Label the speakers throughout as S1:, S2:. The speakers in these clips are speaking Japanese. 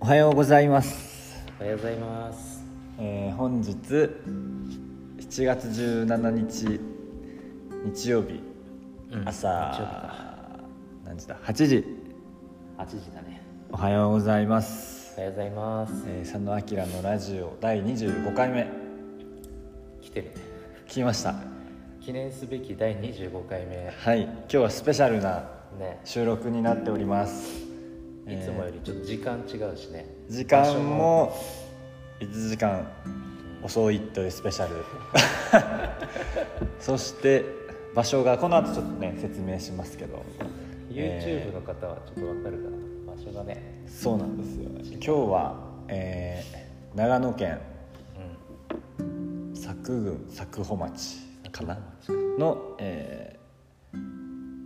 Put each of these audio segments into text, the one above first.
S1: おはようございます、
S2: おはようございます。
S1: えー本日7月17日日曜日
S2: うん日曜日
S1: 朝、何時だ8時
S2: 8時だね。
S1: おはようございます、
S2: おはようございます。
S1: えー、佐野明のラジオ第25回目
S2: 来てるね。
S1: 聞きました
S2: 記念すべき第25回目
S1: はい今日はスペシャルな
S2: ね。
S1: 収録になっております
S2: いつもよりちょっと時間違うしね。
S1: 時間も1時間遅いというスペシャル そして場所がこの後ちょっとね説明しますけど
S2: YouTube の方はちょっとわかるかな。場所がね。
S1: そうなんですよね今日は、えー長野県佐久郡佐久穂町かなの、えー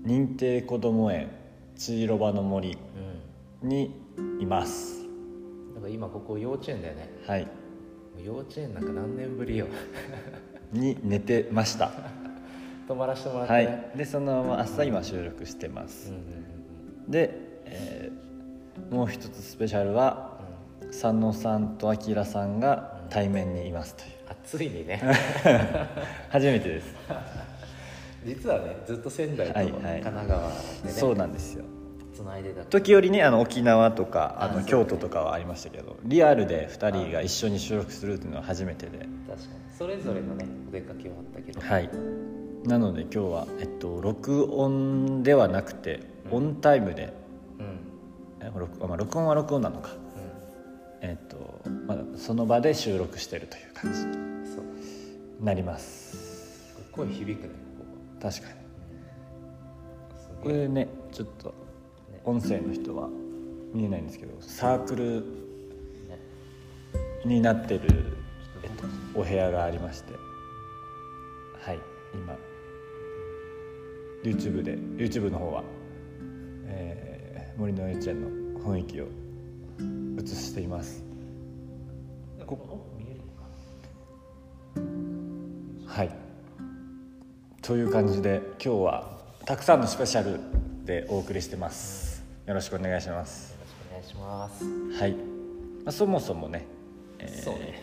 S1: 認定こども園ちいろばの森
S2: うん。
S1: にいます
S2: うん。なんか今ここ幼稚園だよね。
S1: はい
S2: もう幼稚園なんか何年ぶりよ。
S1: に寝てました
S2: 泊まらせてもらって
S1: は
S2: ね。
S1: い、でそのまま朝今収録してま
S2: うん
S1: す
S2: うん
S1: で、えーもう一つスペシャルは
S2: うんうん。
S1: 佐野さんと明さんが対面にいますという
S2: あついにね。
S1: 初めてです、
S2: 実はね、ずっと仙台と
S1: はい
S2: 神
S1: はい
S2: 奈川で
S1: そう
S2: ね。
S1: なんですよ
S2: つないでたから。
S1: 時折ねあの沖縄とかあ
S2: あそう
S1: の
S2: ね
S1: 京都とかはありましたけどリアルで2人が一緒に収録するっていうのは初めてで
S2: 確かに。それぞれのね、お出かけはあったけど。
S1: はいなので今日は、えっと、録音ではなくてオンタイムで、
S2: うん。
S1: え録あまあ、録音は録音なのかえっとまあ、その場で収録してるという感じに
S2: うん。そう。
S1: なります
S2: 声響くねこ
S1: 確かに
S2: こす
S1: こ
S2: げえ
S1: れねちょっと音声の人は見えないんですけどサークル
S2: ね
S1: になってる、え
S2: ちょ
S1: っ
S2: っ
S1: と、お部屋がありましてはい今 YouTube で YouTube の方は、えー森の幼稚園の雰囲気を映しています
S2: ここ見えるのか
S1: はいという感じで今日はたくさんのスペシャルでお送りしてますよろしくお願いします
S2: よろしくお願いします
S1: はい、まあ、そもそもね、えー
S2: そうね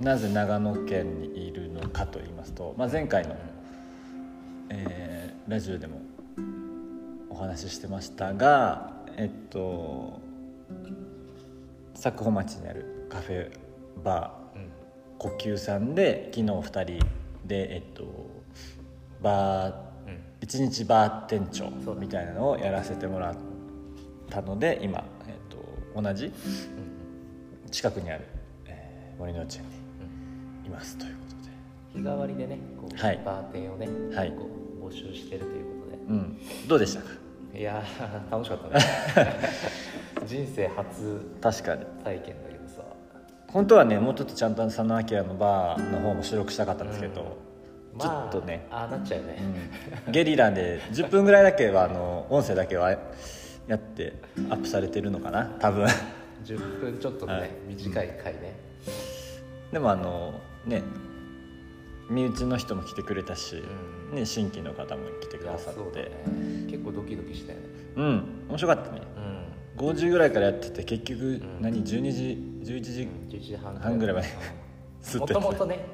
S1: なぜ長野県にいるのかと言いますと、まあ、前回の、えーラジオでもお話ししてましたがえっと佐久穂町にあるカフェバー
S2: うん
S1: 呼吸さんで昨日2人で、えっと、バー
S2: う
S1: 一日バー店長
S2: そうだ
S1: みたいなのをやらせてもらったので今、えっと、同じ
S2: ん
S1: 近くにある、えー森の内園にいますということで、
S2: 日替わりでねこう、
S1: はい
S2: バーテンをね、
S1: はい
S2: こう募集してるというこ
S1: うん、どうでしたか
S2: とでいやー楽しかったね人生初
S1: 確かに
S2: 体験だけどさ
S1: 本当はねもうちょっとちゃんと佐野明のバーの方も収録したかったんですけど、ちょっとね、
S2: ああなっちゃうね、
S1: うんゲリラで10分ぐらいだけはあの音声だけはやってアップされてるのかな多分。
S2: 10分ちょっとね、
S1: はい
S2: 短い回ね、
S1: でもあのね身内の人も来てくれたし、ね、新規の方も来てく
S2: いや
S1: ださ
S2: そ
S1: っ
S2: うだ
S1: て
S2: ね結構ドキドキしたよね
S1: うん面白かったね
S2: うん
S1: 5時ぐらいからやってて結局
S2: ん
S1: 何12時11時
S2: 11時半
S1: 半ぐらいまで
S2: う
S1: 吸
S2: んも
S1: って
S2: と
S1: た
S2: もとね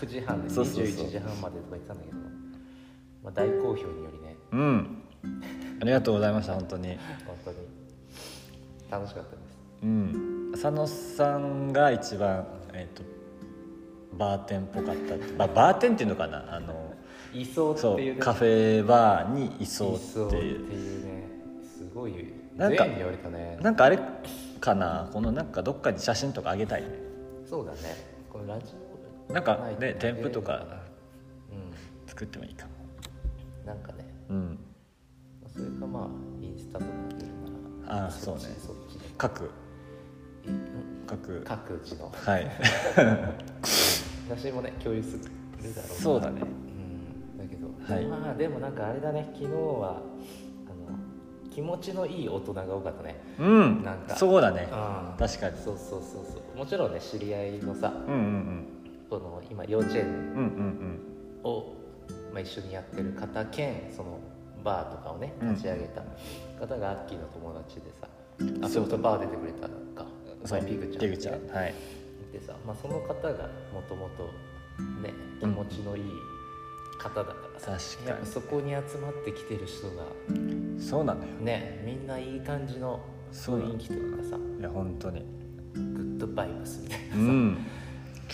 S2: 9時半で
S1: そうそうそう
S2: 21時半までとか言ってたんだけど、まあ、大好評によりね
S1: うんありがとうございました本当に
S2: 本当に楽しかったで
S1: うん浅野さんが一番えっ、とバーテンっぽかったって、まあ、バーテンっていうのかなあの
S2: すいそう
S1: そ
S2: っていう
S1: う
S2: ね
S1: カフェバーにい
S2: い
S1: そう
S2: そう
S1: っ
S2: ってて
S1: いう
S2: いうねすごい
S1: なんか
S2: 全員に言われたね
S1: なんかあれかなこのなんかどっかに写真とかあげたいね
S2: そうだねこのラジオ
S1: なんか
S2: い
S1: ね添付とか
S2: う
S1: 作ってもいいかも
S2: んなんかね
S1: うん
S2: それかまあインスタとかで見るなら
S1: あーそうね
S2: そっちで
S1: 各
S2: うん
S1: 各
S2: 各自の
S1: はい
S2: 写真もね共有するだろうな
S1: そうだね
S2: うんだけど、
S1: はい
S2: まあでもなんかあれだね昨日はあの気持ちのいい大人が多かったね
S1: うん
S2: なんか
S1: そうだね
S2: あ
S1: 確かに
S2: そうそうそうそうもちろんね知り合いのさ
S1: うんうん
S2: この今幼稚園
S1: うんうんうん
S2: を、まあ、一緒にやってる方兼そのバーとかをね
S1: うん
S2: 立ち上げた方がアッキーの友達でさ、あ
S1: そ
S2: そううとバー出てくれたか
S1: うんそう
S2: ピグちゃん
S1: ピグちゃんはい
S2: でさ、まあ、その方がもともとね気持ちのいい方だからさ、
S1: 確かに
S2: やっぱそこに集まってきてる人が
S1: そうなんだよ
S2: ねみんないい感じの
S1: そうだ
S2: 雰囲気というかさ
S1: いや本当に
S2: グッドバイブスみたいな
S1: う
S2: さ、
S1: ん
S2: こ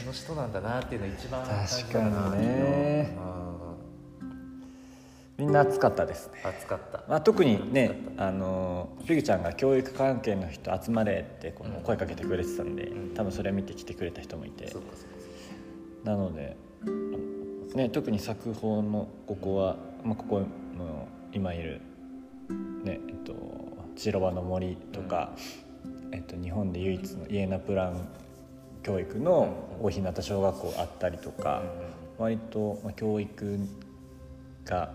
S2: の人なんだなっていうの一番感じ
S1: 確
S2: た
S1: か
S2: な
S1: にねみんな暑かったですね
S2: うん暑かった
S1: まあ、特にねあのピグちゃんが教育関係の人集まれってこの声かけてくれてたんで、
S2: うん
S1: 多分それを見て来てくれた人もいて
S2: そうかそうかそ
S1: なので、ね、特に作法のここは、まあ、ここの今いる、ねえっと、白場の森とか、えっと、日本で唯一のイエナプラン教育の大日向小学校あったりとか、割と、まあ、教育が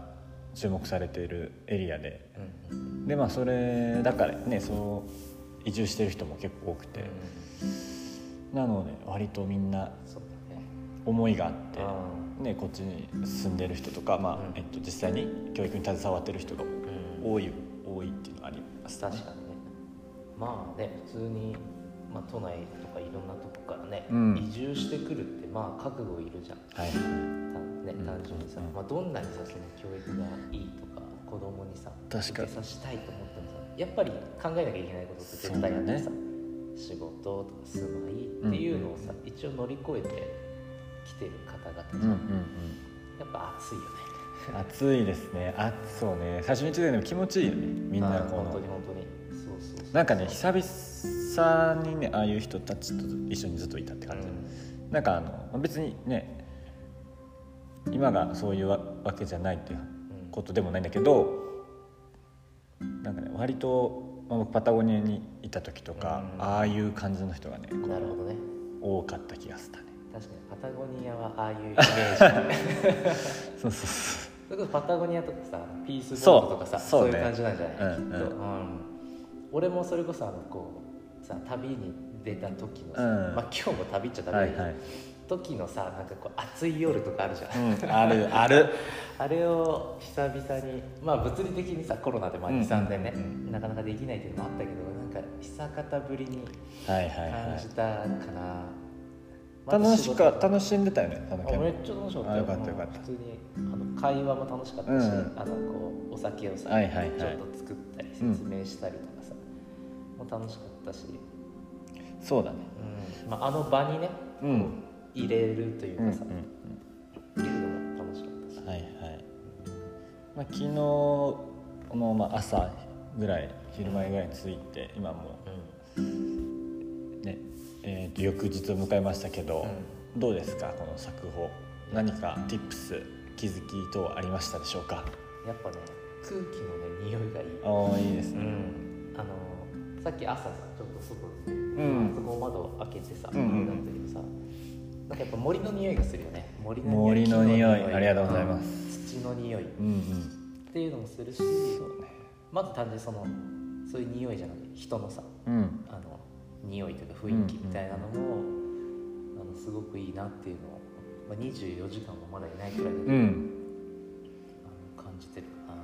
S1: 注目されているエリアで
S2: ううんうん
S1: で、まあ、それだからねそう移住してる人も結構多くて、なので割とみんな
S2: そうだね
S1: 思いがあって。
S2: あ
S1: ね、こっちに住んでる人とか、まあ
S2: うん
S1: えっと、実際に教育に携わってる人が
S2: ーうん
S1: 多い多いっていうのがありますね
S2: 確かにねまあね普通に、まあ、都内とかいろんなとこからね、
S1: うん
S2: 移住してくるってまあ覚悟いるじゃん
S1: はい
S2: たね
S1: うん
S2: 単純にさ、
S1: うん
S2: まあ、どんなにさその教育がいいとか子供にさ
S1: 確かに
S2: 受けさせたいと思ってもさやっぱり考えなきゃいけないことって絶対あって
S1: そ
S2: さ、
S1: う
S2: 仕事とか住まいっていうのをさ、一応乗り越えてきてる方々
S1: うん
S2: じ
S1: う
S2: ゃん、
S1: ん
S2: やっぱ熱いよね
S1: うん暑いですねあそうね最初に言ってたように気持ちいいよねみんなこ
S2: あー本当
S1: の
S2: に本当にそうそうそう
S1: なんかね久々にねああいう人たちと一緒にずっといたって感じ、なんかあの別にね今がそういうわわけじゃないっていう
S2: うん
S1: ことでもないんだけどなんかね割と、まあ、僕パタゴニアにいた時とか、
S2: うん
S1: ああいう感じの人がね
S2: うんなるほどね
S1: 多かった気がしたね
S2: 確かにパタゴニアはああいうイメージ
S1: そうそうそ
S2: それこそパタゴニアとかさピース
S1: そう
S2: ボートとかさ
S1: そ
S2: そうう,、
S1: ね
S2: いう感じなんじゃない、
S1: うん
S2: きっと、うん俺もそれこそあのこうさ旅に出た時のさ、
S1: うん
S2: まあ、今日も旅っちゃ
S1: う
S2: 旅、
S1: はいはい、
S2: 時のさなんかこう暑い夜とかあるじゃん、
S1: うん、あるある
S2: あれを久々にまあ物理的にさコロナでまあ
S1: うん
S2: 23年ね、
S1: うん
S2: なかなかできないっていうのもあったけどなんか久方ぶりに
S1: はいはい
S2: 感
S1: は
S2: じたかな、
S1: い楽しか
S2: た
S1: 楽しんでたよね田中
S2: あ
S1: も
S2: めっちゃ楽しかった
S1: あよかったよかった
S2: 普通にあの会話も楽しかったし、
S1: うん
S2: あのこうお酒をさ、
S1: はいはいはい
S2: ちょっと作ったり説明したりとかさ、も楽しかったし、
S1: そうだね
S2: うんまあ、あの場にね
S1: うん
S2: 入れるという
S1: うんう
S2: か
S1: ん
S2: さ、っていうのも楽しかったし
S1: うん、はいはい、まあ、昨日の、まあ、朝ぐらい昼前ぐらいに着いて今もうね、えーと翌日を迎えましたけど、どうですかこの作法何か tips 気づき等ありましたでしょうか
S2: やっぱね空気のね匂いがいい、
S1: ああいいですね
S2: あのさっき朝さちょっと外で、
S1: ん
S2: そこを窓を開けてさ、
S1: うんうん
S2: だったけどさなんかやっぱ森の匂いがするよね森の匂い
S1: 森の
S2: 木
S1: 匂いありがとうございます
S2: 土の匂いっ
S1: うんうん
S2: ていうのもするしまず単純にそのそういう匂いじゃなくて人のさ
S1: うん
S2: あの匂いというか雰囲気みたいなのも、あのすごくいいなっていうのを、まあ、24時間もまだいないくらいだけど、
S1: うん
S2: あの感じてるかな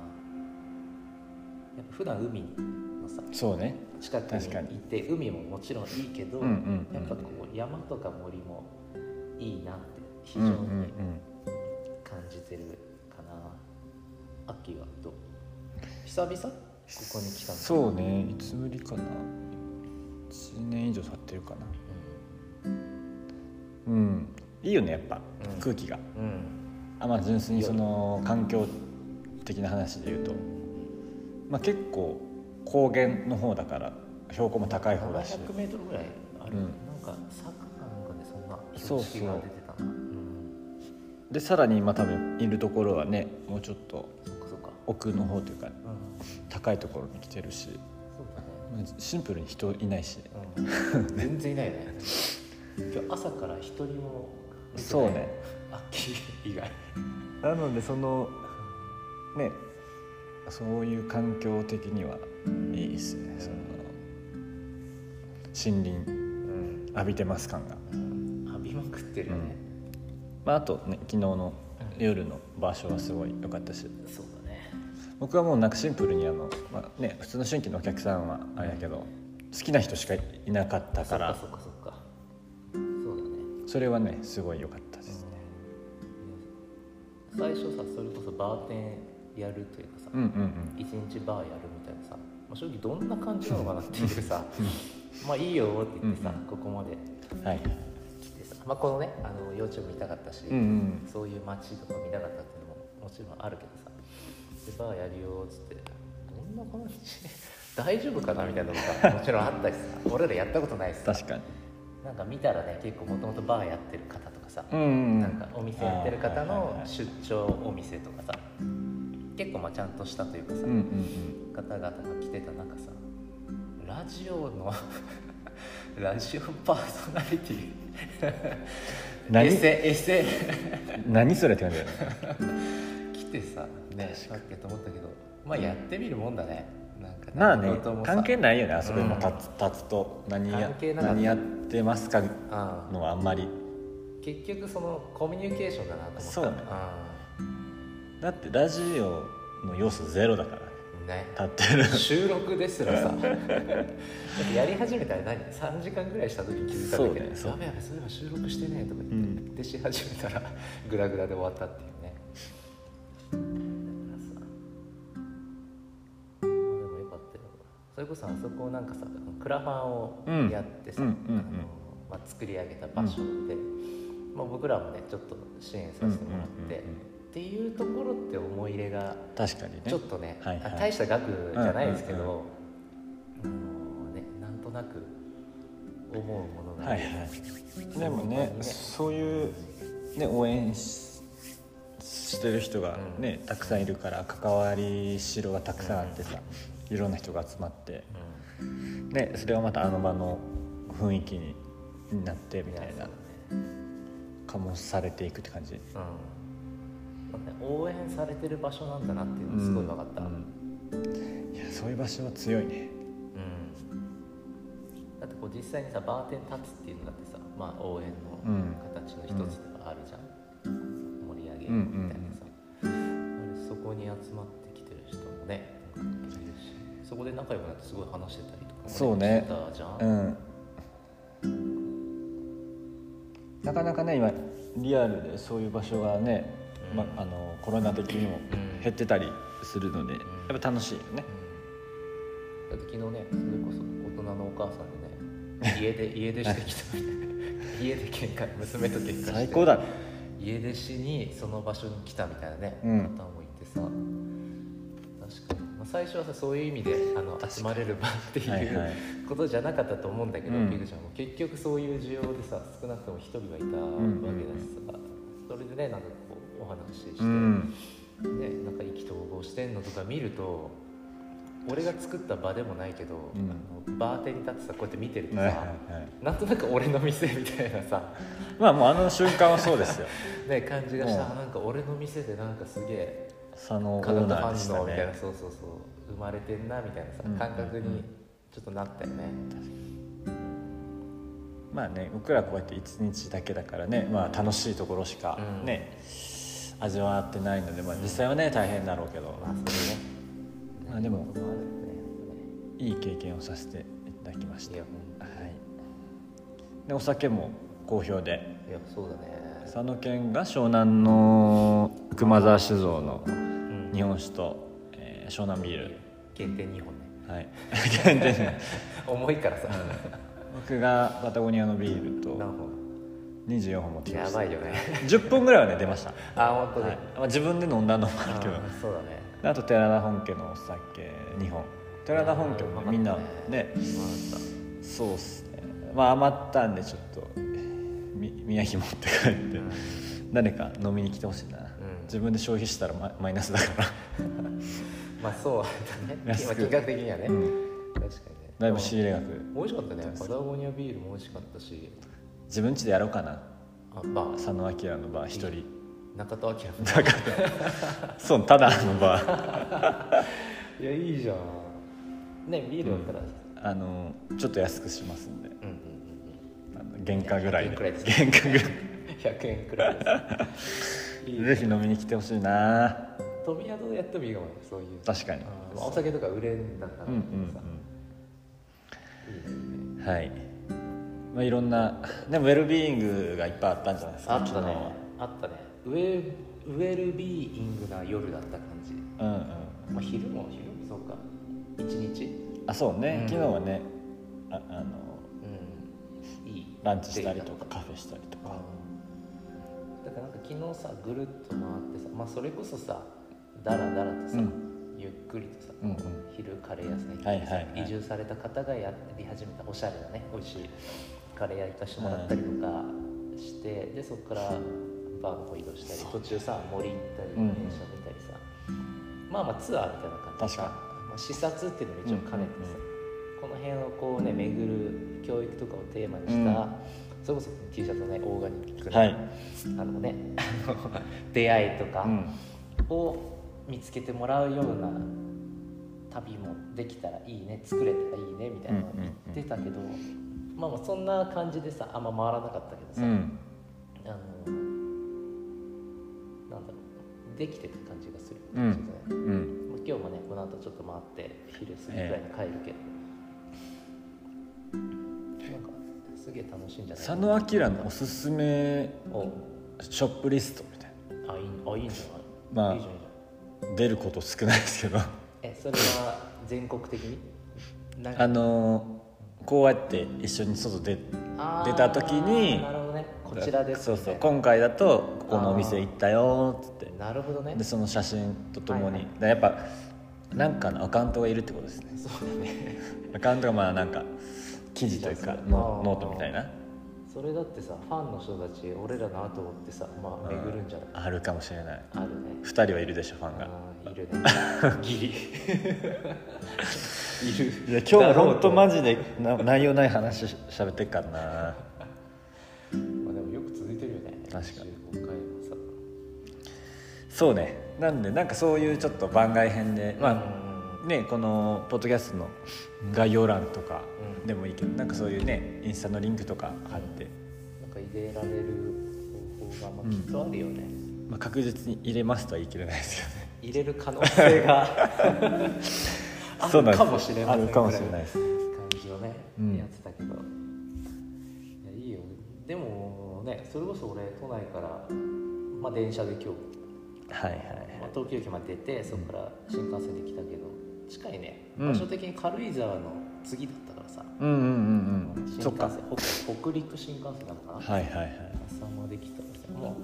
S2: やっぱ普段海のさ
S1: そうね
S2: 近く
S1: 確かに
S2: にいて海ももちろんいいけど、
S1: うんうんうん
S2: やっぱこう山とか森もいいなって非
S1: う
S2: 常
S1: んうん
S2: に
S1: うん
S2: 感じてるかな、秋はどう久々ここに来たの
S1: そうねいつぶりかな1年以上経ってるかなうんいいよねやっぱ、
S2: うん
S1: 空気が
S2: うん、うん
S1: あまあ純粋にその環境的な話で言うと、まあ、結構高原の方だから標高も高い方だし
S2: 700m ぐらいある、
S1: うん
S2: なんか坂かなんかでそんな
S1: そうそう
S2: 標識が出てたなうん
S1: でさらに今多分いるところはねもうちょっと
S2: そっかそっか
S1: 奥の方というか
S2: うん
S1: 高いところに来てるし
S2: そうだね
S1: まあシンプルに人いないし
S2: うん、全然いないよね今日朝から一人も見てない
S1: そうね
S2: アッキー以外
S1: なのでそのねそういう環境的にはいいですねその森林
S2: うん、
S1: 浴びてます感が、
S2: 浴びまくってるよね、
S1: まあ、あとね昨日の夜の場所はすごい良かったし
S2: そうだね
S1: 僕はもうなんかシンプルにあの、まあね、普通の新規のお客さんはあれだけど好きな人しかいなかった
S2: そ
S1: か
S2: っからそっかそっかそうだね
S1: それはねすごい良かったです
S2: うん最初さそれこそバーテンやるというかさ、
S1: うんうんうん
S2: 一日バーやるみたいなさ、まあ、正直どんな感じなのかなっていうさまあいいよって言ってさ、
S1: うんうん
S2: ここまで
S1: はい
S2: 来てさ、まあ、このねあの幼稚園も見たかったし、
S1: うんうん
S2: そういう街とか見たかったっていうのももちろんあるけどさでバーやるよっつってどんな感じ大丈夫かなみたいなのもさもちろんあったしさ俺らやったことないしさ
S1: 確かに
S2: なんか見たらね結構もともとバーやってる方とかさ、
S1: うんうん
S2: なんかお店やってる方
S1: あーはいはい
S2: の
S1: はい
S2: 出張お店とかさ結構まあちゃんとしたというか
S1: う
S2: さ、
S1: んうんうん
S2: 方々が来てた中さラジオの ラジオパーソナリティ
S1: 何
S2: エセエセ
S1: 何それって感じ だよね
S2: 来てさねしかけと思ったけどまあやってみるもんだねなんか
S1: まあね
S2: 何事もさ
S1: 関係ないよねあそこ
S2: うん
S1: も立つ,、立つと何や
S2: 関係なかった
S1: 何やってますか
S2: ああ
S1: のはあんまり
S2: 結局そのコミュニケーションだなと思った
S1: そうね
S2: あ
S1: だってラジオの要素ゼロだからね
S2: あね
S1: 立ってる
S2: 収録ですらさだってやり始めたら何3時間ぐらいした時に気づいたんだけど、
S1: そうねそう
S2: やべやべそういえば収録してねえとか言って、
S1: うん
S2: でし始めたらグラグラで終わったっていうねだからさまあでもよかったよそれこそあそこなんかさクラファンをやってさ、
S1: うんうんうんうん
S2: あのまあ、作り上げた場所で、まあ、僕らもねちょっと支援させてもらって、
S1: うんうんうんうん
S2: っていうところって思い入れが
S1: 確かにね
S2: ちょっとね、
S1: はいはい
S2: あ大した額じゃないですけど、あのね、なんとなく思うものが、
S1: はいはいでもねそういう、ね、応援ししてる人が、ねたくさんいるから関わりしろがたくさんあってさ、いろんな人が集まって、
S2: う
S1: ね、それはまたあの場の雰囲気になって
S2: ん、
S1: みたい
S2: や
S1: な
S2: そう
S1: 醸されていくって感じ
S2: だねうんそうだね応援されてる場所なんだなっていうのがすごい分かった、
S1: う
S2: うん
S1: んいやそういう場所は強いね
S2: だってこう実際にさバーテン立つっていうのだってさ、まあ、応援
S1: うん
S2: の形の一つではあるじゃん、盛り上げ
S1: うんうん
S2: みたいなさ、あれそこに集まってきてる人もねいるしそこで仲良くなってすごい話してたりとかも、
S1: そうね
S2: してたじゃん、
S1: うんなかなかね今リアルでそういう場所がね、
S2: うん
S1: ま、あのコロナ的にも
S2: うん
S1: 減ってたりするので、やっぱ楽しいよね
S2: だって昨日ねそれこそ大人のお母さんでね家で家出してきた家で喧嘩娘と喧嘩して
S1: 最高だね
S2: 家出しにその場所に来たみたいなね、
S1: うん
S2: 方もいてさ確かに、まあ、最初はさそういう意味であの集まれる場っていう、
S1: はいはい
S2: ことじゃなかったと思うんだけど、
S1: うん
S2: ピグちゃんも結局そういう需要でさ少なくとも一人はいたわ
S1: んうんうん
S2: けだしさ、それでねなんかこうお話しして、
S1: うん
S2: ね、なんか意気投合してんのとか見ると俺が作った場でもないけど、
S1: うん
S2: あのバーテンに立ってさこうやって見てるとさ、
S1: はいはいはい
S2: なんとなく俺の店みたいなさ、
S1: まあもうあの瞬間はそうですよ
S2: ね、感じがし
S1: う
S2: た、
S1: ん
S2: なんか俺の店でなんかすげえ
S1: そのオ
S2: 化学
S1: ーナーで
S2: 反応み
S1: した
S2: たいな、
S1: ね
S2: そうそうそう生まれてんなみたいなさ、
S1: うんうんうん
S2: 感覚にちょっとなったよね。
S1: まあね僕らこうやって一日だけだからね、まあ、楽しいところしか
S2: うん
S1: ね、味わってないので、まあ、実際はね大変だろうけど、
S2: まあそれね
S1: まあ、でも
S2: まあね
S1: いい経験をさせていただきまし
S2: い
S1: た
S2: や
S1: はいでお酒も好評で
S2: いやそうだね
S1: 佐野県が湘南の熊沢酒造の
S2: うん
S1: 日本酒と、えー湘南ビール
S2: 限定2本ね
S1: はい限定ね
S2: 重いからさ、
S1: 僕がパタゴニアのビールと
S2: 何本
S1: 24本持ってきま
S2: や
S1: した
S2: ばいよね
S1: 10本ぐらいはね出ました、は
S2: あ本
S1: い
S2: 当に、
S1: まあ、自分で飲んだのもあるけど
S2: あそうだね
S1: あと寺田本家のお酒2本寺田本家もねみんなね
S2: ま
S1: そうっすねまあ余ったんでちょっとみ宮城持って帰って誰か飲みに来てほしいな、
S2: ん
S1: 自分で消費したらマイマイナスだから
S2: あまあそうだねまあ
S1: 安く
S2: 金額的にはね、
S1: うん
S2: 確かにね
S1: だいぶ仕入れ額
S2: 美味しかったねパタゴニアビールも美味しかったし
S1: 自分家でやろうかな
S2: あバー
S1: 佐野明のバー一人
S2: 中田明も
S1: そうただのバー
S2: いやいいじゃんねビールだったら、うん
S1: あのちょっと安くしますんで
S2: うんうん
S1: あの原価ぐらいで
S2: 100円くらいです
S1: 原価ぐらい
S2: うん、100円くらいですいい
S1: ぜひ飲みに来てほしいな
S2: 富宿でやってもいいかもねそういう
S1: 確かに
S2: あーまあお酒とか売れんだったら
S1: うんうんうん
S2: さ、いいですね
S1: はい、まあ、いろんなでもウェルビーイングがいっぱいあったんじゃないですか
S2: あった
S1: 昨日
S2: ね
S1: は
S2: あったねウェウェルビーイングな夜だった感じ、
S1: うんうん
S2: まあ、昼も昼もそうか一日
S1: あそうね、
S2: うん
S1: 昨日はねああの
S2: うんいい
S1: ランチしたりと
S2: デイだ
S1: かカフェしたりとか
S2: だからなんか昨日さぐるっと回ってさ、まあ、それこそさだらだらとさ、
S1: うん
S2: ゆっくりとさ、
S1: うんうん
S2: 昼カレー屋さん行ってさ、
S1: はいはいはい
S2: 移住された方がやり始めたおしゃれなね美味しいカレー屋行かしてもらったりとかして、でそこからバーの方移動したり途中さ森行ったり
S1: うん
S2: 電車見たりさ、まあまあツアーみたいな感じでさ
S1: 確か
S2: まあ、視察っていうのも一応兼ねてさ、この辺をこうね巡る教育とかをテーマにした、
S1: うん
S2: それこそ T シャツのねオーガニックな、
S1: はい
S2: あのね あの出会いとか
S1: うん
S2: を見つけてもらうような旅もできたらいいね作れたらいいねみたいなのを
S1: うんうんうん
S2: 言ってたけど、まあまあそんな感じでさあんま回らなかったけど
S1: う
S2: さ、
S1: ん
S2: あのなんだろうできてた感じがする、
S1: うん
S2: ちょっとね
S1: うん
S2: まあ今日もねこの後ちょっと回って昼過ぎぐらいに帰るけど、なんかすげえ楽しいんじゃない
S1: 佐野明のおすすめ
S2: お
S1: ショップリストみたい
S2: あいいあいいんじゃない、
S1: まあ
S2: いいじゃんいい
S1: な
S2: じ
S1: 出ること少ないですけど
S2: ゃんえそれは全国的になんか
S1: あのこうやって一緒に外で
S2: あー
S1: 出た時に
S2: なるほどねこちらです
S1: そ
S2: み
S1: う
S2: た
S1: そ
S2: いうな
S1: 今回だとここのお店行ったよっつって
S2: なるほどね
S1: でその写真とともに、
S2: はいは
S1: だからやっぱなんかのアカウントがいるってことですね
S2: そうだね
S1: アカウントがまあなんか記 事というか
S2: 記事ですね
S1: ノ
S2: あー
S1: ノートみたいな
S2: それだってさファンの人たち俺らの後を追ってさまあ巡るんじゃない、
S1: あるかもしれない
S2: あるね
S1: 2人はいるでしょファンが
S2: あーいる ねギリいる
S1: いや今日本当マジでな内容ない話しゃべってっからな
S2: まあでもよく続いてるよね
S1: 確かに
S2: 15回もさ
S1: そうねなんでなんかそういうちょっと番外編でま
S2: あ
S1: あねこのポッドキャストの概要欄とかでもいいけどなんかそういうねインスタのリンクとか貼って、
S2: なんか入れられる方法がまあきっとあるよね、
S1: まあ、確実に入れますとは言い切れないですよね
S2: 入れる可能性 があ
S1: そうなん
S2: る
S1: です
S2: かもしれません
S1: あるかもしれないです
S2: ぐらの感じのね、
S1: うん
S2: やってたけどいやいいよでもねそれこそ俺都内から、まあ、電車で今日、
S1: はいはい
S2: まあ、東京駅まで出てそこから新幹線で来たけど近いね
S1: うん
S2: 場所的に軽井沢の次だったからさ、
S1: うんうんうんうん
S2: 新
S1: そっ
S2: 幹
S1: か
S2: 線北北陸新幹線なのかな
S1: はいはいはい、
S2: 朝まで来たらさも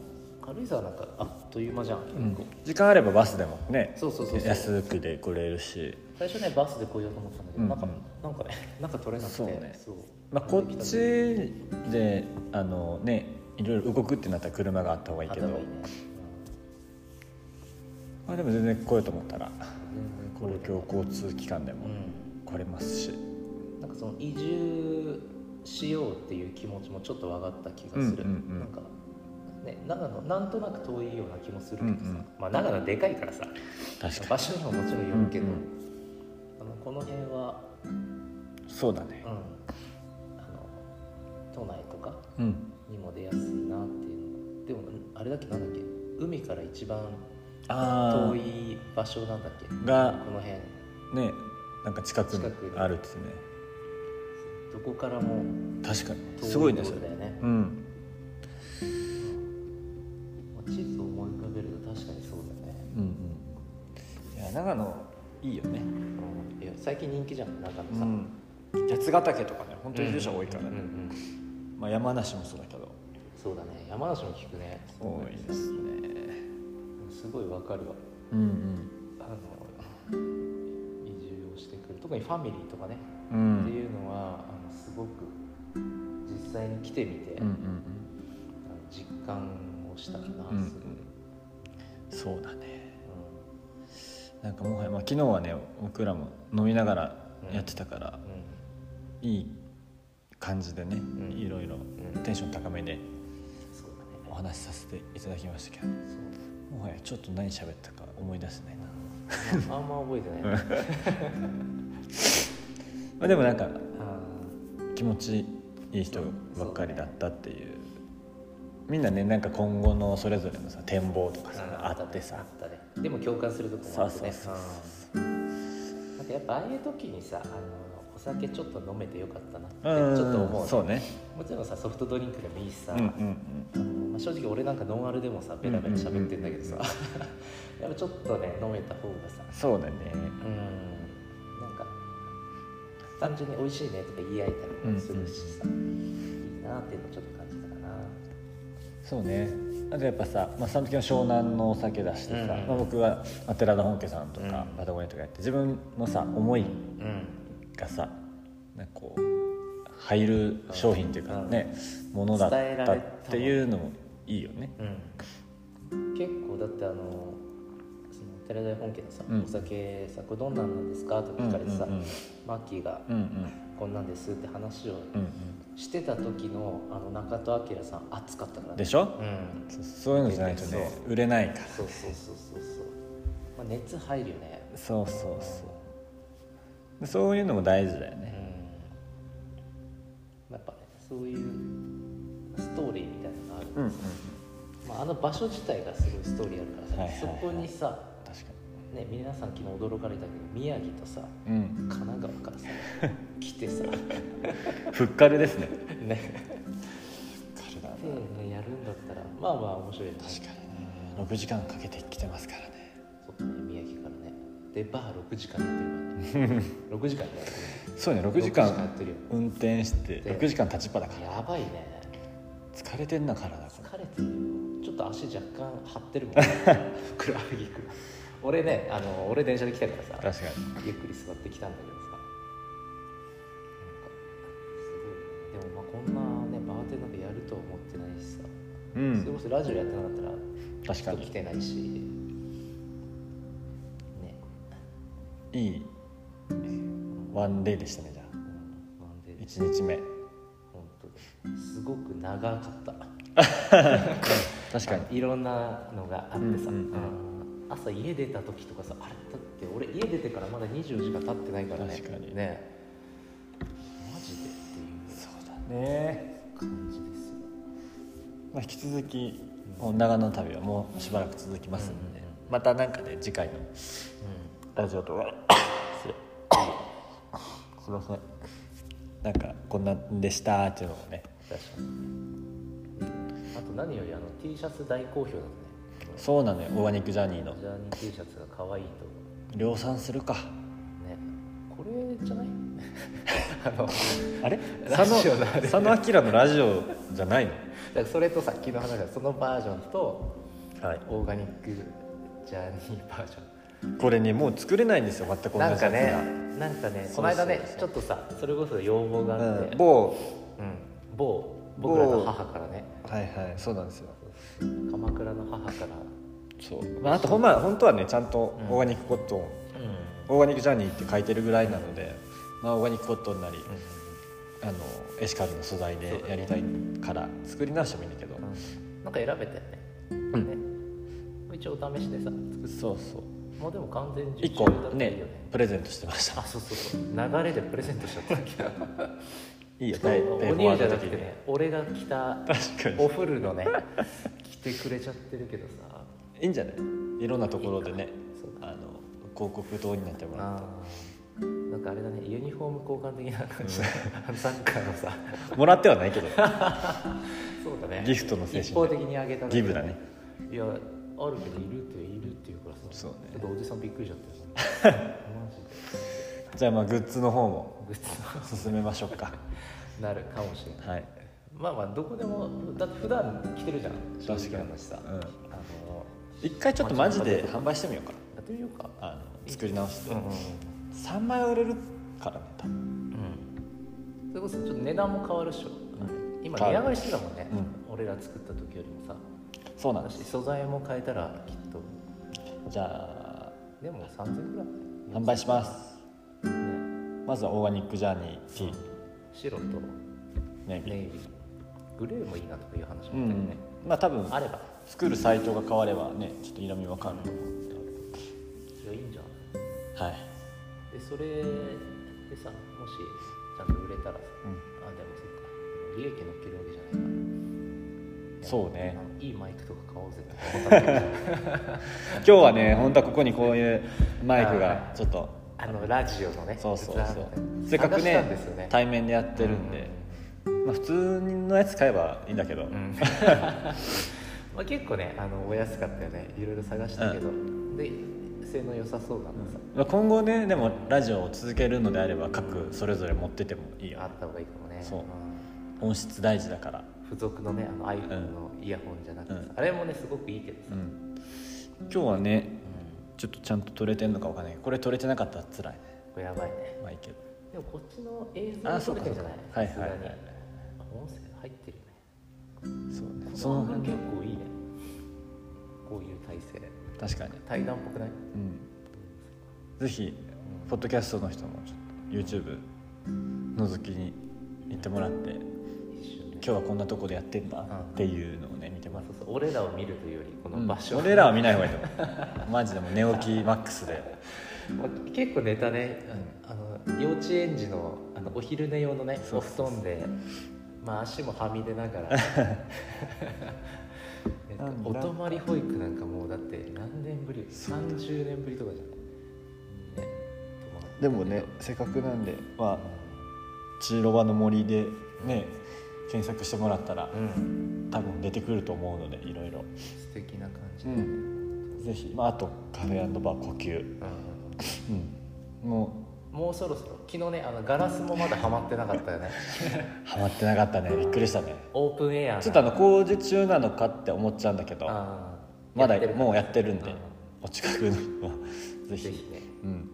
S2: う軽井沢なんかあっという間じゃん結
S1: うん
S2: 構、
S1: 時間あればバスでもね
S2: そうそうそうそう
S1: 安くで来れるし、
S2: 最初ねバスで来ようと思ったんだけど、
S1: うん
S2: なんかなんかね なんか取れなくて
S1: そうね
S2: そう
S1: まあ、こっちであのねいろいろ動くってなったら車があった方がいいけど、
S2: 頭いいね、
S1: まあ、でも全然来ようと思ったら
S2: うん、
S1: 公共交通機関でも
S2: う
S1: 来れますし、
S2: んなんかその移住しようっていう気持ちもちょっと分かった気がする、
S1: うんうんうん
S2: なんかね長野なんとなく遠いような気もするけどさ、
S1: うんうん
S2: まあ長野でかいからさ
S1: 確か
S2: 場所にももちろんよるけど、
S1: うんう
S2: あのこの辺は
S1: にそうだね
S2: うん、あの都内とか
S1: うん
S2: にも出やすいなっていうのでもあれだっけなんだっけ海から一番
S1: あ
S2: 遠い場所なんだっけこ
S1: あが
S2: の辺
S1: ねなんか近くに
S2: 近くに
S1: あるってね
S2: どこからも
S1: 確かに
S2: 遠
S1: すごい
S2: と
S1: ねそ
S2: ころ
S1: れ
S2: だよね
S1: うん
S2: まあ地図を思い浮かべると確かにそうだね、
S1: うんうんいや長野いいよね
S2: うん、いや最近人気じゃん中野さ、
S1: うん八ヶ岳とかね本当に移住者多いからね、
S2: うんうん
S1: まあ、山梨もそうだけど
S2: そうだね山梨も聞くね
S1: 多いですね
S2: すごいわかるわ
S1: うん
S2: あの移住をしてくる特にファミリーとかね
S1: うんう
S2: って
S1: ん
S2: いうのはあのすごく実際に来てみて、
S1: うんうんう
S2: あの
S1: ん
S2: 実感をしたかな、
S1: うん
S2: すごい
S1: そうだねなんかもはや、まあ、昨日はね僕らも飲みながらやってたから、いい感じでね、
S2: ん
S1: いろいろ
S2: ん
S1: テンション高めで
S2: うんそう
S1: お話しさせていただきましたけど
S2: だね
S1: もはやちょっと何喋ったか思い出せないな、
S2: そうあんま覚えてないな
S1: まあ、でもなんか
S2: あ
S1: 気持ちいい人ばっかりだったっていうみんなねなんか今後のそれぞれのさ展望とかさ
S2: ー
S1: あってさ
S2: あったねでも共感するとこもあってね
S1: そうそうそう
S2: うんなんかやっぱああいう時にさあのお酒ちょっと飲めてよかったなって
S1: うん
S2: ちょっと思う,、
S1: そうね
S2: もちろんさソフトドリンクでもいいしさ、
S1: うんうん
S2: あのまあ、正直俺なんかノンアルでもさベラベラ喋ってんだけどさ、
S1: うん
S2: やっぱちょっとね飲めた方がさ
S1: そうだね
S2: うんなんか単純に美味しいねとか言い合えたりもするしさ、いいなっていうのをちょっと感じたかな
S1: そうねあとやっぱさ、まあ、その時は湘南のお酒出してさ、
S2: うんうん
S1: まあ、僕はまあ寺田本家さんとか、
S2: うん
S1: パタゴニアとかやって自分のさ思い
S2: うん
S1: がさなんかこう入る商品っていうかね、ものだったっていうのもいいよね
S2: うん、結構だってあのその寺田屋本家のさ、
S1: うん
S2: お酒さこれどんなんなんですか?」とか聞かれてさ、
S1: うんうんうん
S2: マッキーが
S1: うん
S2: 「こんなんです」って話を
S1: うんうん
S2: してた時のあの中戸明さん熱かったから
S1: うん
S2: ね
S1: でしょ、
S2: う
S1: そ
S2: ん
S1: そういうのじゃないとね
S2: そ
S1: 売れないから
S2: そうそうそうそうそう、まあ、熱入るよね
S1: そうそうそうでそういうのも大事だよ
S2: うん
S1: ね
S2: やっぱねそういうストーリーみたいなのがある、
S1: うんうん
S2: まあ、あの場所自体がすごいストーリーあるからさ、
S1: はいはいはい
S2: そこにさ、
S1: 確か
S2: ね、皆さん昨日驚かれたけど宮城とさ
S1: にうん
S2: 神奈川 からさ来てさ
S1: ふっかるですね
S2: ね手ねやるんだったらまあまあ面白いよね
S1: 確かにね6時間かけて来てますからね
S2: そうね宮城からねでバー6時間やってる からね6時間やって
S1: そうね
S2: る
S1: 6時
S2: 6や
S1: 間
S2: ってるよ
S1: 運転して
S2: で
S1: 6時間立ちっぱだから
S2: やばいね
S1: 疲れてんな体が
S2: 疲れてるよちょっと足若干張って るもん、ね、ふくらはぎく俺ねあの俺電車で来たからさ
S1: 確かに
S2: ゆっくり座ってきたんだけどさなんかすごいねでもまあこんなねバーテンなんかやるとは思ってないしさ、
S1: う
S2: それ
S1: ん
S2: こそラジオやってなかったら
S1: 確
S2: ち
S1: か
S2: ょっと来
S1: に
S2: てないしね
S1: いいワンデーでしたねじゃ
S2: う
S1: あ
S2: んなんで
S1: 1日目
S2: 本当にすごく長かった
S1: 確かに
S2: いろんなのがあってさ、
S1: うんうんう
S2: 朝家出た時とかさあれだって俺家出てからまだ24時間経ってないからね
S1: 確かに
S2: ねマジでっていう
S1: そうだね、
S2: 感じですよ、
S1: まあ、引き続きこの長野旅はもうしばらく続きますんで、
S2: うんうん
S1: またなんかね次回のラジオとか失礼 すいませんなんかこんなんでしたっていうのをね
S2: うん、確かにあと何よりあの T シャツ大好評だね
S1: そうなのよオーガニックジャーニーの
S2: ジャーニー T シャツが可愛いと
S1: 量産するか
S2: ねこれじゃない あの
S1: あれ
S2: ラ
S1: 佐
S2: ジオだ
S1: 野佐野明のラジオじゃないの
S2: だからそれとさっきの話だそのバージョンと
S1: はい
S2: オーガニックジャーニーバージョン
S1: これねもう作れないんですよ全く同じ
S2: なん
S1: やつ
S2: か
S1: が
S2: ね、なんかね、この間ね
S1: そうそうそう、
S2: ちょっとさ、それこそ要望が
S1: う
S2: あって、
S1: ん、某
S2: うん某僕らの母からね、
S1: はいはいそうなんですよ
S2: 鎌倉の母から、
S1: そう、まあ、あとほんま本当はねちゃんとオーガニックコットン、オーガニックジャーニーって書いてるぐらいなので、まあ、オーガニックコットンなり、あのエシカルの素材でやりたいから作り直してもいいんだけど、
S2: うんなんか選べたよね。ね一応お試しでさ、
S1: そうそう
S2: もうでも完全受
S1: 1
S2: 注
S1: 個
S2: だったらいい
S1: ね
S2: よね。
S1: プレゼントしてまし
S2: あ、
S1: た
S2: そうそうそう、流れでプレゼントしちゃったんだけど、
S1: いいよ大
S2: お
S1: 大
S2: お
S1: フォワー
S2: 兄じゃ
S1: ド
S2: な
S1: 的
S2: くて
S1: に
S2: ね、俺が着た
S1: 確かに
S2: おフルのね、着てくれちゃってるけどさ、
S1: いいんじゃないいろんなところでね
S2: そう
S1: あの広告塔になってもらう
S2: あーなんかあれだねユニフォーム交換的な感じだ、サッカーのさ
S1: もらってはないけど
S2: そうだね
S1: ギフトの精神で
S2: 一方的にあげただけ
S1: ギブだね
S2: いやあるけどいるっているっていうからさ
S1: そうね
S2: ちょっとおじさんびっくりし ちゃってさマジで
S1: じゃあまあグッズの方も
S2: グッズ
S1: 進めましょうか
S2: になるかもしれない
S1: はい
S2: まあまあどこでもだって普段着てるじゃん正直な話さ、
S1: うん
S2: あの
S1: 一回ちょっとマジで販売してみようか
S2: やってみようか
S1: なあの作り直して、
S2: うんうん
S1: 3枚売れるからね多分
S2: それこそちょっと値段も変わるっしょ、
S1: ん
S2: 今値上がりしてたもんね、
S1: う
S2: 俺ら作った時よりもさ
S1: そうなんです
S2: 私素材も変えたらきっと
S1: じゃあ
S2: でも3000くらい
S1: 販売します
S2: ね
S1: まずはオーガニックジャーニー T
S2: 白と
S1: ネイビ
S2: ネイ
S1: ー
S2: ビーグレーもいいなとかいう話
S1: う
S2: もあったよ
S1: ん
S2: ね、
S1: まあ多分
S2: あれば
S1: 作るサイトが変わればねちょっと色味わかると思
S2: いやいいんじゃん
S1: うはい
S2: でそれでさもしちゃんと売れたらさ、
S1: うん
S2: あでもそっか利益乗っけるわけじゃないから
S1: そうね
S2: いいマイクとか買おうぜ って思ったんだけど
S1: 今日はね本当はここにこういうマイクがちょっと
S2: あのラジオのね
S1: そうそう
S2: 仏壇
S1: そ
S2: の
S1: うせっかく
S2: 探した
S1: ね
S2: んですよね
S1: 対面でやってるんで、まあ、普通のやつ買えばいいんだけど、
S2: うん まあ結構ねあのお安かったよねいろいろ探したけど、で性能良さそうなのさ、
S1: まあ、今後ねでもラジオを続けるのであれば各それぞれ持っててもいいよ
S2: あった方がいいかもね
S1: そうん音質大事だから
S2: 付属のねあの iPhone のイヤホンじゃなくてさ、
S1: う
S2: あれもねすごくいいけどさ、
S1: うん今日はねちょっとちゃんと撮れてんのかわかんないけどこれ撮れてなかったら辛いね
S2: これやばいね
S1: まあいいけど
S2: でもこっちの映像
S1: あ
S2: が撮れてるんじゃない
S1: そうかそう
S2: さす
S1: か
S2: が
S1: はいは
S2: に、
S1: いはい
S2: あ音声入ってるよね
S1: そうねそ
S2: その
S1: の
S2: 辺
S1: 辺
S2: 結構いいねこういう体勢
S1: 確かに
S2: 対談っぽくない
S1: うんぜひポッドキャストの人もちょっと YouTube 覗きに行ってもらって
S2: 一瞬ね
S1: 今日はこんなとこでやってんだっていうのをね見ても
S2: まあ
S1: らって
S2: そうそう俺らを見るというよりこの
S1: うん
S2: 場所、
S1: 俺らは見ない方がいいと思うマ ジでもう寝起きマックスで
S2: まあ結構ネタね、あの幼稚園児のあのお昼寝用のね
S1: そ
S2: お
S1: うそう
S2: 布団で、まあ、足もはみ出 ながらえっと
S1: なんだ
S2: お泊まり保育なんかもうだって何年ぶり30年ぶりとかじゃない、ね、
S1: でもねせっかくなんでまあ千ロバの森でね検索してもらったら
S2: うん
S1: 多分出てくると思うのでいろいろ、
S2: 素敵な感じ
S1: う
S2: で、
S1: ん、ぜひ、まあ、あとカフェバー呼吸、うん、も
S2: もうそろそろ昨日ねあのガラスもまだハマってなか ったよね
S1: うハマってなかったねびっくりしたね
S2: オープンエアが
S1: ちょっとあの工事中なのかって思っちゃうんだけど
S2: あー
S1: まだ
S2: やってる
S1: もうやってるんで
S2: うん
S1: お近くの人は ぜ
S2: ぜ
S1: ひ
S2: ひね
S1: うん
S2: よか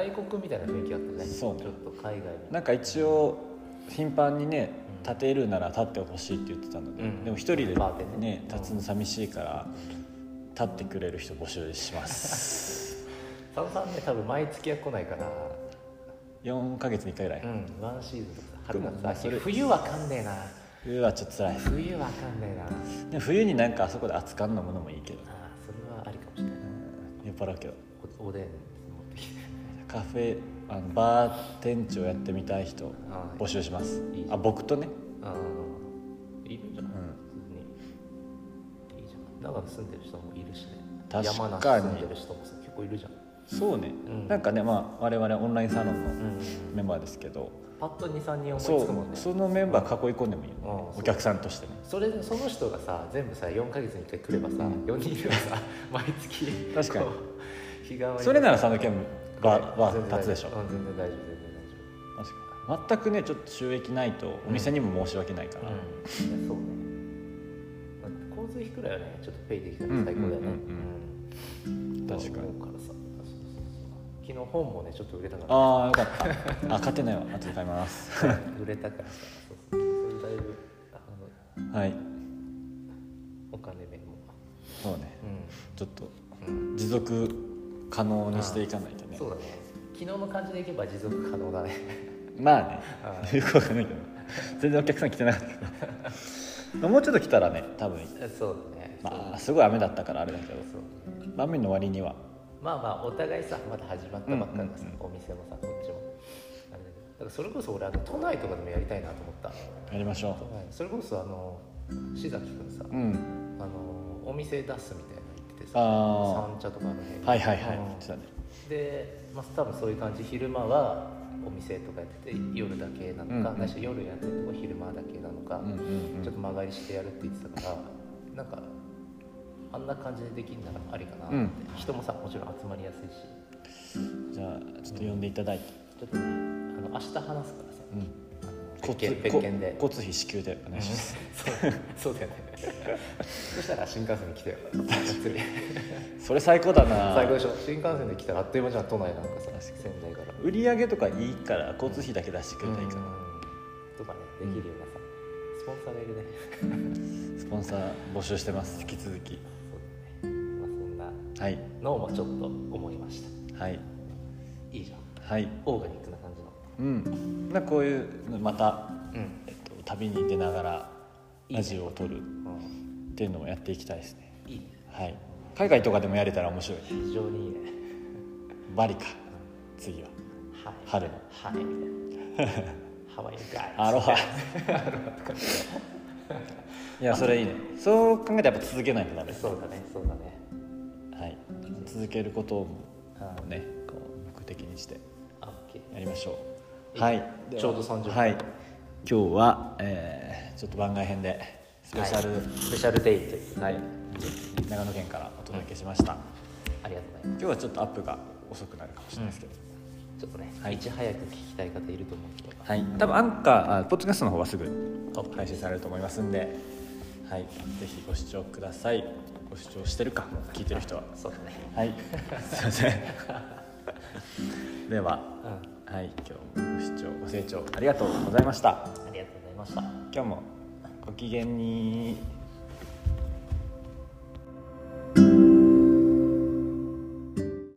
S2: った外国みたいな雰囲気あったね
S1: そうね
S2: ちょっと海外みたいな
S1: なんか一応頻繁にね
S2: うん
S1: 立てるなら立ってほしいって言ってたので、
S2: うん
S1: でも一人で
S2: パーティ
S1: ね
S2: ーね
S1: 立つの寂しいから立ってくれる人募集します
S2: 佐野さんね多分毎月は来ないから
S1: 4ヶ月に1回ぐらい、
S2: うんワンシーズンとか春
S1: でもまあ
S2: 夏
S1: そ
S2: 秋
S1: れ
S2: 冬わかんねえな
S1: 冬はちょっと辛いです
S2: 冬わかんねえな
S1: でも冬になんかあそこで熱燗のものもいいけど
S2: あーそれはありかもしれない
S1: 酔っ払うけど
S2: おおでん持ってきて
S1: カフェあのバー店長やってみたい人
S2: あー
S1: 募集します
S2: いいじゃ
S1: あ
S2: ん
S1: 僕とね
S2: あーいるんじゃない、
S1: うん
S2: 普通にいいじゃん長野住んでる人もいるしね
S1: 確かに
S2: 山梨住んでる人もさ結構いるじゃん、
S1: そうね、
S2: うん
S1: なんかねまあ我々オンラインサロンの
S2: うん、
S1: メンバーですけど、
S2: パッと23人思
S1: そ
S2: いつくもん
S1: う
S2: ね
S1: そのメンバー囲い込んでもいいよね、
S2: うんそう
S1: お客さんとしてね
S2: それその人がさ全部さ4ヶ月に1回来ればさ4人いればさ 毎月
S1: 確かに
S2: こう日替わり
S1: それなら佐野健バーバ
S2: 全然
S1: ー立つでしょ
S2: 大丈夫うん全然大丈夫全然
S1: 確かに全くねちょっと収益ないとお店にも申し訳ないから、
S2: 大丈夫うんいやそうねだって交通費くらいはねちょっとペイできたら最高だよね
S1: うんうん
S2: うん
S1: 確かに
S2: 思うからさそうそうそう昨日本もねちょっと売れたから
S1: ああよかったあ勝てないわあとで買います
S2: 売れたからさそうそうそれだいぶあの
S1: はい
S2: お金面も
S1: そうね
S2: う
S1: ちょっと
S2: んうん
S1: 持続可能にしていかないとね
S2: そうだね昨日の感じでいけば持続可能だね
S1: まあね
S2: あ
S1: よくわかんないけど全然お客さん来てなかったけどもうちょっと来たらね多分
S2: そうだね、
S1: まあすごい雨だったからあれだけど
S2: そう
S1: 雨の割には
S2: まあまあお互いさまだ始まったばっかりだし、
S1: うんうん
S2: お店もさこっちもあれだけどだからそれこそ俺あの都内とかでもやりたいなと思った
S1: やりましょ
S2: 都内それこそあの志崎君さ、
S1: ううん
S2: あのお店出すみたいなの言っててさ
S1: あー
S2: 三茶とかあの辺
S1: はいはいはい
S2: うん
S1: 言ってたね
S2: で、まあ、多分そういう感じ昼間はお店とかやってて夜だけなのか、
S1: うんうん
S2: ないし夜やってるとこ昼間だけなのか、
S1: うんうんうん
S2: ちょっと間借りしてやるって言ってたからなんかあんな感じでできるならありかなって、
S1: うん
S2: 人もさもちろん集まりやすいし
S1: じゃあちょっと呼んでいただいて、
S2: ちょっとねあの明日話すからさ
S1: うん、
S2: 別件
S1: こ
S2: 別件で
S1: 交通費支給でお願 いします、
S2: そうそうだよねそしたら新幹線に 来てよ
S1: それ最高だな
S2: 最高でしょ新幹線で来たらあっという間じゃん都内なんか
S1: 確
S2: さ
S1: かに
S2: 仙台から
S1: 売り上げとかいいから交通費だけ出してくれたらいいかな、
S2: とかねできるようなさ、スポンサーがいるね
S1: スポンサー募集してます引き続き
S2: そうだねまあそんな
S1: はい
S2: のもちょっと思いました
S1: はい
S2: いいじゃん
S1: はい
S2: オーガニックな感じの
S1: うんなんかこういうまた、
S2: うん
S1: えっと、旅に出ながら
S2: いいね
S1: ラジオを撮るっていうのもやっていきたいですね
S2: いいね
S1: はい海外とかでもやれたら面白いね
S2: 非常にいいね
S1: バリか次は
S2: はい
S1: 春の
S2: はいみたいなハワイガイ
S1: アロハいやそれいいねそう考えたらやっぱ続けないとダメです
S2: そうだねそうだね
S1: はい、続けることもねこ的にして
S2: あオッケー
S1: やりましょう。は
S2: はい
S1: い、では
S2: ちょうど30分
S1: はい、今日は、えーちょっと番外編でスペシャル、
S2: はいスペシャルデイという
S1: はい、長野県からお届けしました、
S2: ありがとうございま
S1: 今日はちょっとアップが遅くなるかもしれないですけど、
S2: すちょっとね、
S1: はい
S2: い、ち早く聞きたい方いると思うけど
S1: はい、多分アンカーあポッドキャストの方はすぐ配信されると思いますんで、はい、ぜひご視聴くださいご視聴してるか聞いてる人は
S2: そうだね
S1: はいすいませんでは、
S2: う
S1: はい、今日もご視聴ご清聴ありがとうございました
S2: ありがとうございました
S1: 今日もご機嫌に